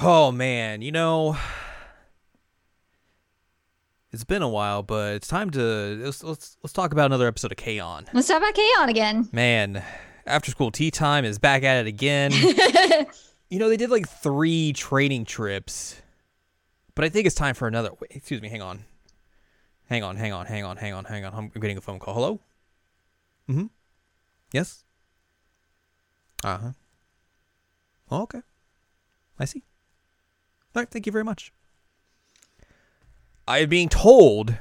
Oh man, you know, it's been a while, but it's time to let's let's, let's talk about another episode of K on. Let's talk about K-On! Mm-hmm. again. Man, after school tea time is back at it again. you know, they did like three training trips, but I think it's time for another. Wait, excuse me, hang on. Hang on, hang on, hang on, hang on, hang on. I'm getting a phone call. Hello? Mm hmm. Yes? Uh huh. Oh, okay. I see. All right, thank you very much. I am being told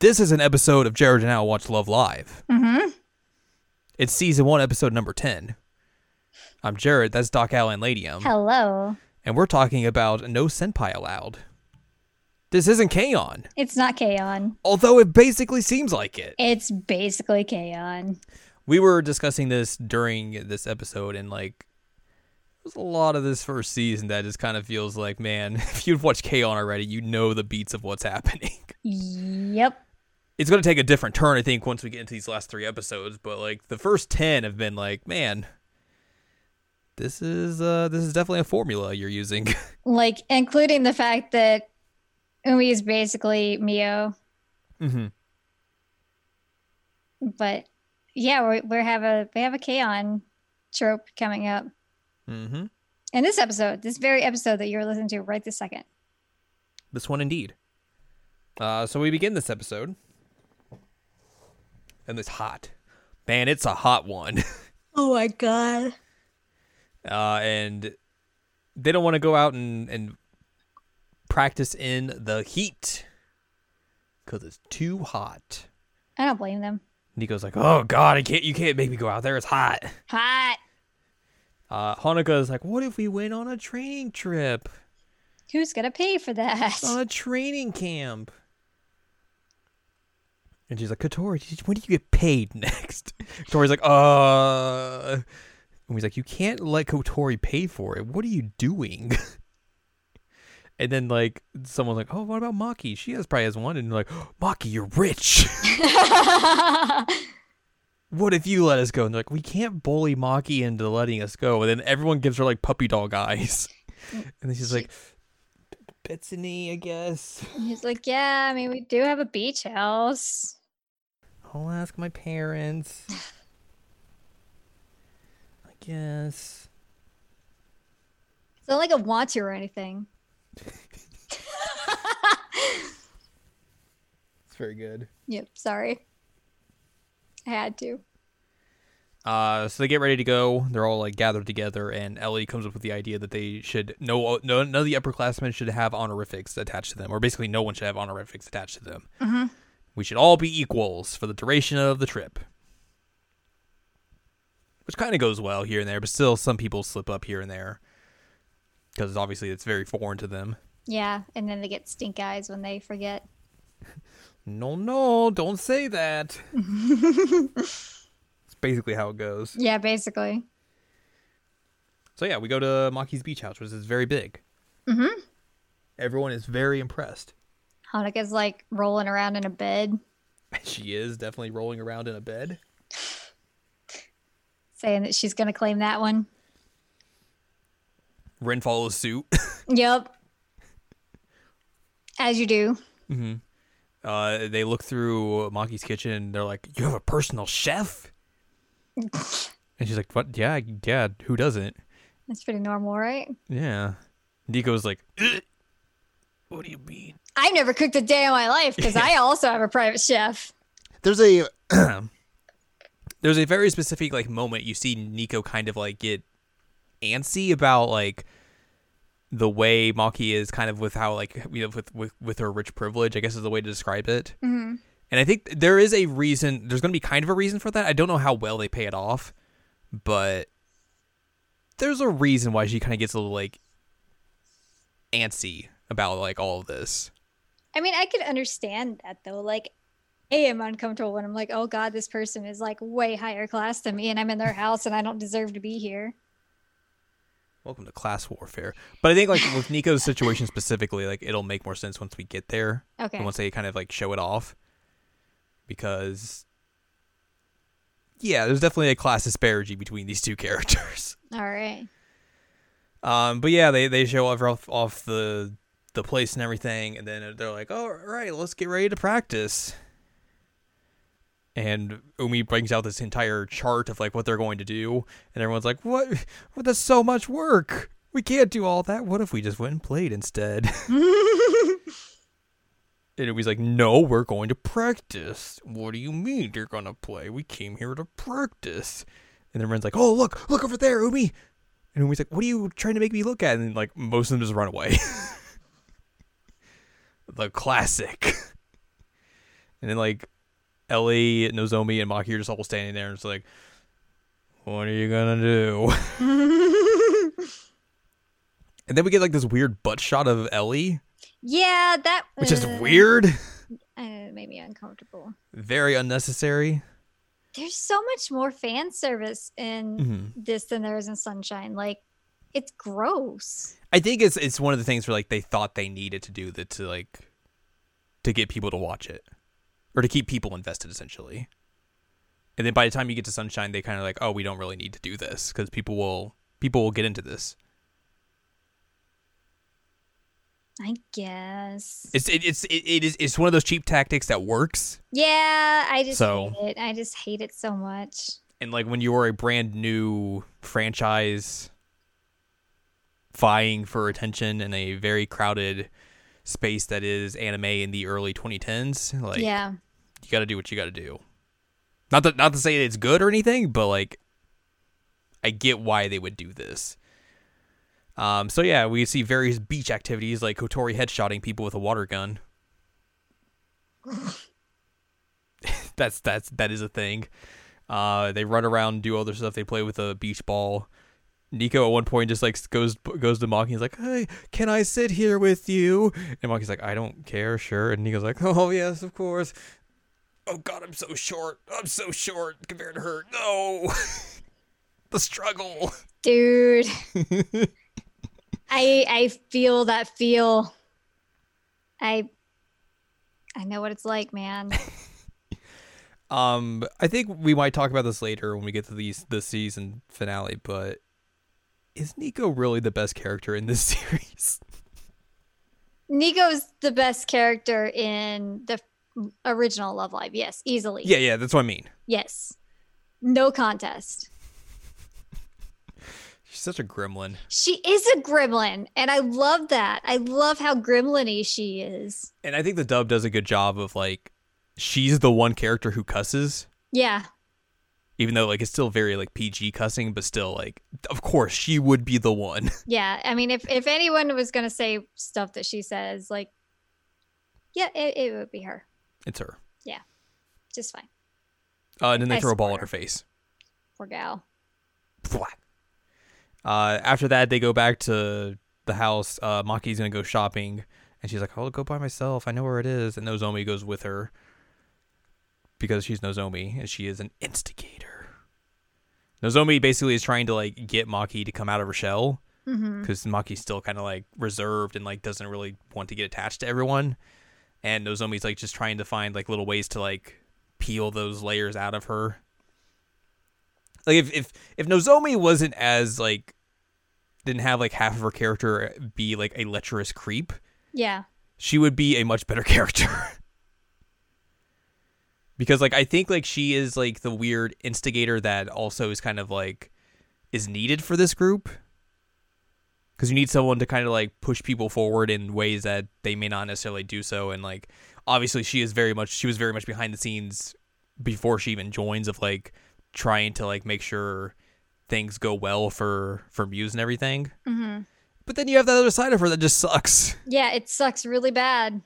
this is an episode of Jared and Al Watch Love Live. Mm-hmm. It's season one, episode number 10. I'm Jared. That's Doc Allen Ladium. Hello. And we're talking about No Senpai Allowed. This isn't K-On! It's not K-On! although it basically seems like it. It's basically K-On! We were discussing this during this episode, and like, there's a lot of this first season that just kind of feels like, man, if you've watched K-On! already, you know the beats of what's happening. Yep. It's going to take a different turn, I think, once we get into these last three episodes, but like, the first 10 have been like, man. This is uh this is definitely a formula you're using. Like, including the fact that Umi is basically Mio, mm-hmm. but yeah, we we have a we have a K-On! trope coming up Mm-hmm. in this episode, this very episode that you're listening to right this second. This one indeed. Uh, so we begin this episode. And it's hot. Man, it's a hot one. Oh my god. Uh, and they don't want to go out and, and practice in the heat because it's too hot. I don't blame them. Nico's like, oh god, I can't. You can't make me go out there. It's hot. Hot. Uh, Hanukkah is like, what if we went on a training trip, Who's gonna pay for that? on a training camp? And she's like, Katori, when do you get paid next? Katori's like, uh. And he's like, you can't let Kotori pay for it. What are you doing? and then, like, someone's like, oh, what about Maki? She has probably has one. And they're like, Maki, you're rich. what if you let us go? And they're like, we can't bully Maki into letting us go. And then everyone gives her, like, puppy dog eyes. and then she's like, Betsany, I guess. He's like, yeah, I mean, we do have a beach house. I'll ask my parents. I guess. It's not like I want to or anything. It's very good. Yep, sorry. I had to. Uh, so they get ready to go. They're all like gathered together, and Ellie comes up with the idea that they should no, no none of the upperclassmen should have honorifics attached to them, or basically no one should have honorifics attached to them. Mhm. We should all be equals for the duration of the trip, which kind of goes well here and there, but still some people slip up here and there because obviously it's very foreign to them. Yeah, and then they get stink eyes when they forget. No, no, don't say that. It's basically how it goes. Yeah, basically. So yeah, we go to Maki's beach house, which is very big. Mhm. Everyone is very impressed. Hanukkah's like rolling around in a bed, She is definitely rolling around in a bed. saying that she's gonna claim that one. Ren follows suit. Yep. As you do. Uh, they look through Maki's kitchen. and They're like, "You have a personal chef?" and she's like, "What? Yeah, yeah. Who doesn't?" That's pretty normal, right? Yeah. Nico's like, "Ugh. "What do you mean?" I've never cooked a day in my life because I also have a private chef. there's a there's a very specific like moment you see Nico kind of like get antsy about like the way Maki is kind of with how like you know with with, with her rich privilege I guess is the way to describe it. Mm-hmm. And I think there is a reason. There's going to be kind of a reason for that. I don't know how well they pay it off, but there's a reason why she kind of gets a little like antsy about like all of this. I mean, I could understand that though. Like, I am uncomfortable when I'm like, oh God, this person is like way higher class than me and I'm in their house and I don't deserve to be here. Welcome to class warfare. But I think like with Nico's situation specifically, like it'll make more sense once we get there. Okay. And once they kind of like show it off. Because yeah, there's definitely a class disparity between these two characters. All right. Um, but yeah, they, they show off, off off the the place and everything, and then they're like, "All right, let's get ready to practice." And Umi brings out this entire chart of like what they're going to do, and everyone's like, "What? What? That's so much work. We can't do all that. What if we just went and played instead?" And Umi's like, "No, we're going to practice. What do you mean you're gonna play? We came here to practice." And then Ren's like, "Oh, look, look over there, Umi." And Umi's like, "What are you trying to make me look at?" And like most of them just run away. the classic. and then like Ellie, Nozomi, and Maki are just all standing there and it's like, "What are you gonna do?" and then we get like this weird butt shot of Ellie, yeah, that which is uh, weird, I don't know, it made me uncomfortable. very unnecessary. There's so much more fan service in Mhm. this than there is in Sunshine. Like, it's gross. I think it's it's one of the things where like they thought they needed to do that to like to get people to watch it or to keep people invested essentially. And then by the time you get to Sunshine, they kind of like, oh, we don't really need to do this because people will people will get into this. I guess. It's it, it's it, it is it's one of those cheap tactics that works. yeah, I just So- hate it. I just hate it so much. And like when you are a brand new franchise vying for attention in a very crowded space that is anime in the early 2010s, like yeah. you got to do what you got to do. Not that not to say it's good or anything, but like I get why they would do this. Um, so yeah, we see various beach activities like Kotori headshotting people with a water gun. that's that's that is a thing. Uh, they run around, do other stuff. They play with a beach ball. Nico at one point just like goes goes to Maki. He's like, "Hey, can I sit here with you?" And Maki's like, "I don't care, sure." And Nico's like, "Oh yes, of course." Oh God, I'm so short. I'm so short compared to her. No, the struggle. Dude. I I feel that feel. I I know what it's like, man. Um, I think we might talk about this later when we get to these the season finale. But is Nico really the best character in this series? Nico's the best character in the f- original Love Live. Yes, easily. yeah, yeah, that's what I mean. Yes. No contest. She's such a gremlin. She is a gremlin, and I love that. I love how gremlin-y she is. And I think the dub does a good job of like she's the one character who cusses, Yeah. even though like it's still very like PG cussing, but still like of course she would be the one. Yeah. I mean, if if anyone was gonna say stuff that she says, like yeah, it, it would be her. it's her. Just fine. Uh, and then they I throw a ball in swear. her face. Poor gal. Uh, after that, they go back to the house. Uh, Maki's gonna go shopping, and she's like, "I'll go by myself. I know where it is." And Nozomi goes with her because she's Nozomi and she is an instigator. Nozomi basically is trying to like get Maki to come out of her shell Mm-hmm. because Maki's still kind of like reserved and like doesn't really want to get attached to everyone. And Nozomi's like just trying to find like little ways to like peel those layers out of her. Like if if if Nozomi wasn't as like didn't have like half of her character be like a lecherous creep, Yeah. she would be a much better character. because like I think like she is like the weird instigator that also is kind of like is needed for this group. Cuz you need someone to kind of like push people forward in ways that they may not necessarily do so and like obviously she is very much she was very much behind the scenes before she even joins of like trying to like make sure things go well for for Muse and everything. Mm-hmm. But then you have that other side of her that just sucks. Yeah, it sucks really bad.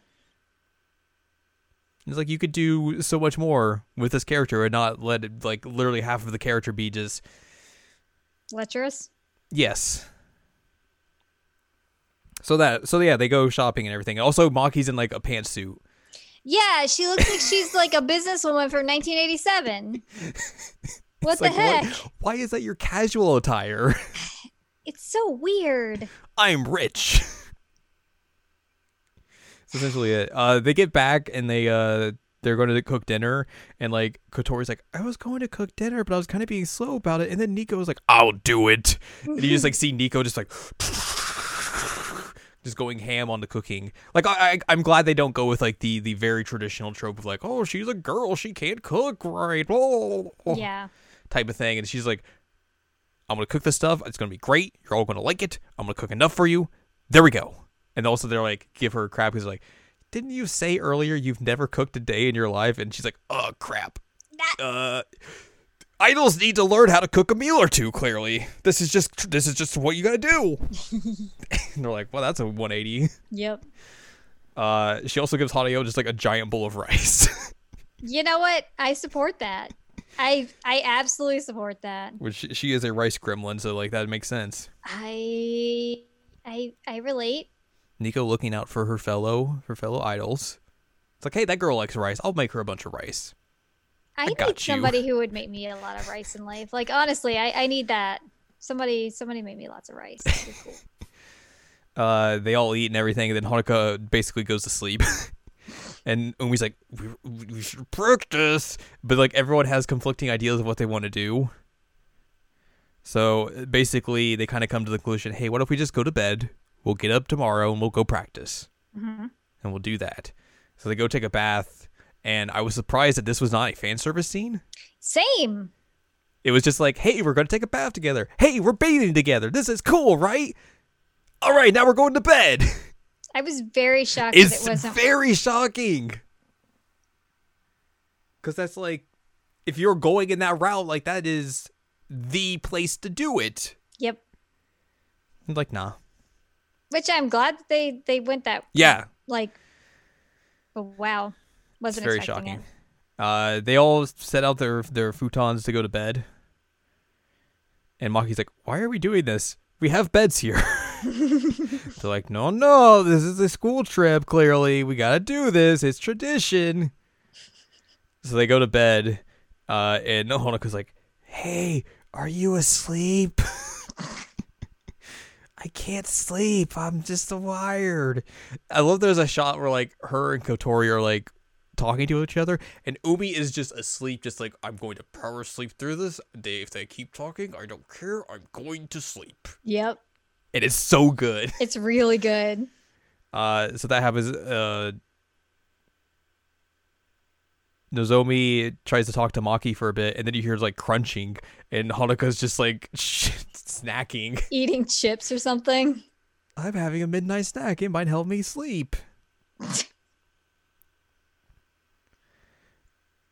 It's like you could do so much more with this character and not let it, like literally half of the character be just Lecherous. yes. So that so yeah, they go shopping and everything. Also, Maki's in like a pantsuit. Yeah, she looks like she's like a businesswoman from 1987. What It's the like, heck? What, why is that your casual attire? It's so weird. I'm rich. That's essentially it. Uh, they get back and they uh they're going to cook dinner, and like Kotori's like, I was going to cook dinner, but I was kind of being slow about it. And then Nico was like, I'll do it. And you just like see Nico just like just going ham on the cooking. Like I, I I'm glad they don't go with like the the very traditional trope of like, oh, she's a girl, she can't cook right, oh, yeah. type of thing. And she's like, I'm gonna cook this stuff. It's gonna be great. You're all gonna like it. I'm gonna cook enough for you. There we go. And also they're like, give her crap because like, didn't you say earlier you've never cooked a day in your life? And she's like, oh crap. Uh, idols need to learn how to cook a meal or two. Clearly, this is just this is just what you gotta do. and they're like, well, that's a 180. Yep. Uh, she also gives Hanayo just like a giant bowl of rice, You know what? I support that. I I absolutely support that. which she- she is a rice gremlin, so like that makes sense. I I I relate. Nico looking out for her fellow her fellow idols. It's like, hey, that girl likes rice. I'll make her a bunch of rice. I, got need you. somebody who would make me a lot of rice in life. Like honestly, I, I need that. Somebody somebody make me lots of rice. That'd be cool. Uh, they all eat and everything, and then Hanukkah basically goes to sleep. and Umi's like, we, we we should practice, but like everyone has conflicting ideas of what they want to do. So basically, they kind of come to the conclusion, hey, what if we just go to bed? We'll get up tomorrow and we'll go practice. Mhm. and we'll do that. So they go take a bath, and I was surprised that this was not a fan service scene. Same. It was just like, hey, we're going to take a bath together. Hey, we're bathing together. This is cool, right? All right, now we're going to bed. I was very shocked that it's it wasn't very shocking. Because that's like, if you're going in that route, like, that is the place to do it. Yep. I'm like, nah. Which I'm glad that they they went that Yeah, like but wow. Wasn't it's very expecting shocking. it. Uh, they all set out their their futons to go to bed, and Maki's like, "Why are we doing this? We have beds here." They're like, "No, no, this is a school trip. Clearly, we gotta do this. It's tradition." So they go to bed, uh, and Honoka's like, "Hey, are you asleep?" I can't sleep. I'm just wired. I love there's a shot where like her and Kotori are like talking to each other, and Umi is just asleep, just like I'm going to power sleep through this. They, if they keep talking, I don't care. I'm going to sleep. Yep. It is so good. It's really good. Uh, so that happens. Uh, Nozomi tries to talk to Maki for a bit, and then you hear like crunching, and Hanukkah's just like snacking. Eating chips or something. I'm having a midnight snack. It might help me sleep.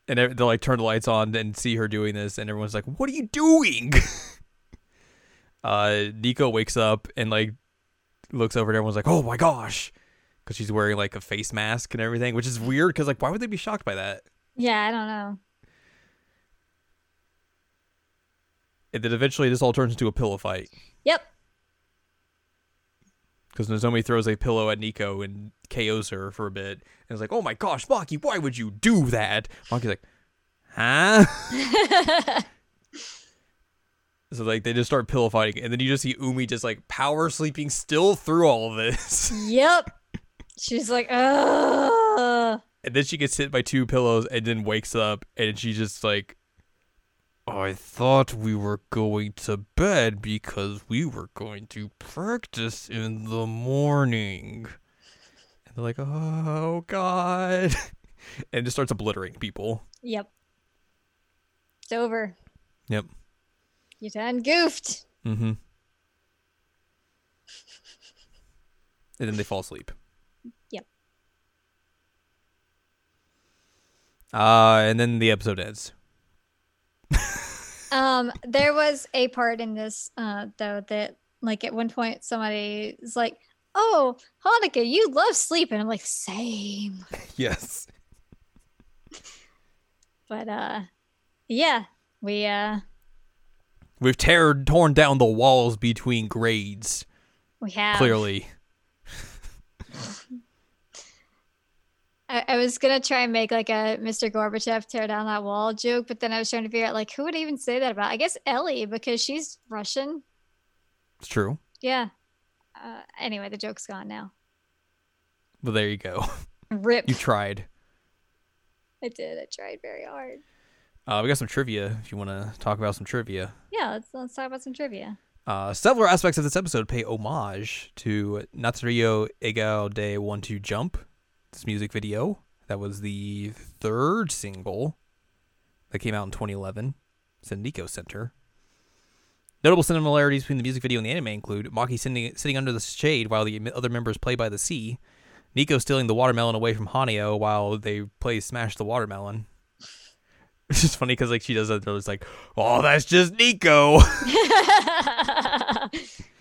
and ev- they'll like turn the lights on and see her doing this, and everyone's like, "What are you doing?" uh, Nico wakes up and like looks over, and everyone's like, "Oh my gosh," because she's wearing like a face mask and everything, which is weird. Because like, why would they be shocked by that? Yeah, I don't know. And then eventually, this all turns into a pillow fight Yep. because Nozomi throws a pillow at Nico and KOs her for a bit. And it's like, oh my gosh, Maki, why would you do that? Maki's like, huh? so like they just start pillow fighting, and then you just see Umi just like power sleeping still through all of this. Yep. She's like, ugh. and then she gets hit by two pillows and then wakes up and she's just like I thought we were going to bed because we were going to practice in the morning. And they're like, "Oh god." And just starts obliterating people. Yep. It's over. Yep. You done goofed. Mhm. And then they fall asleep. Yep. Uh and then the episode ends. Um, there was a part in this uh though that like at one point somebody is like, Oh, Hanukkah, you love sleep. And I'm like, same. Yes. But uh yeah, we uh We've tear torn down the walls between grades. we have Clearly, I, I was gonna try and make like a Mr. Gorbachev tear down that wall joke, but then I was trying to figure out like who would even say that about. I guess Ellie because she's Russian. it's true. Yeah. Uh, anyway, the joke's gone now. Well, there you go. Rip. You tried. I did. I tried very hard. Uh, we got some trivia if you want to talk about some trivia. Yeah, let's let's talk about some trivia. Uh, several aspects of this episode pay homage to Natsurio Egao de One Two Jump, this music video. That was the third single that came out in 2011. It's in Nico Center. Notable similarities between the music video and the anime include Maki sitting, sitting under the shade while the other members play by the sea, Nico stealing the watermelon away from Hanio while they play Smash the Watermelon. It's just funny because like she does that, and it's like, oh, that's just Nico.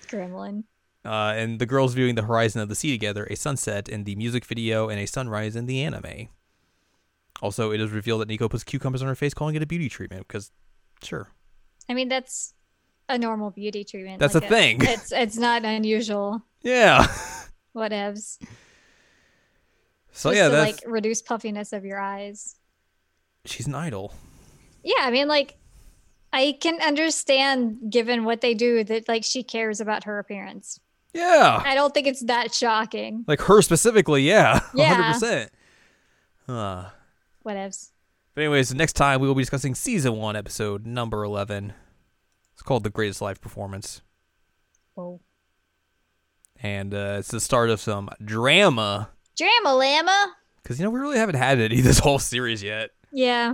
Gremlin. uh, and the girls viewing the horizon of the sea together, a sunset in the music video, and a sunrise in the anime. Also, it is revealed that Nico puts cucumbers on her face, calling it a beauty treatment because, sure, I mean, that's a normal beauty treatment. That's a it- thing. It's it's not unusual. yeah. Whatevs. So Just yeah, to, that's like reduce puffiness of your eyes. she's an idol. Yeah, I mean, like, I can understand given what they do that like she cares about her appearance. Yeah, I don't think it's that shocking. like her specifically. Yeah, Yeah. hundred percent. Huh. Whatevs. But anyways, next time we will be discussing season one, episode number eleven. It's called "The Greatest Live Performance," Whoa. and uh, it's the start of some drama Drama llama. because you know we really haven't had any this whole series yet. Yeah.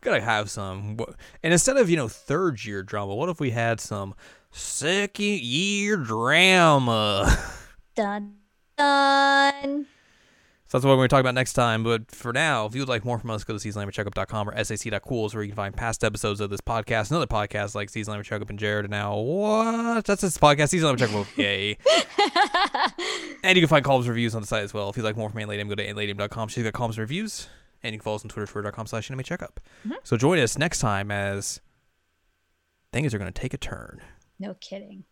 Gotta have some. Wh- And instead of you know third year drama, what if we had some second year drama? Done. Done. So that's what we're going to talk about next time. But for now, if you would like more from us, go to seasonlanguagecheckup.com or sac.cool is where you can find past episodes of this podcast and other podcasts like Season Language Checkup and Jared. And now, what? That's this podcast, Season Language Checkup. Yay. and you can find columns and reviews on the site as well. If you'd like more from Aunt Ladium, go to antladium.com. She's got columns and reviews. And you can follow us on Twitter, twitter.com slash anime checkup. So join us next time as things are going to take a turn. No kidding.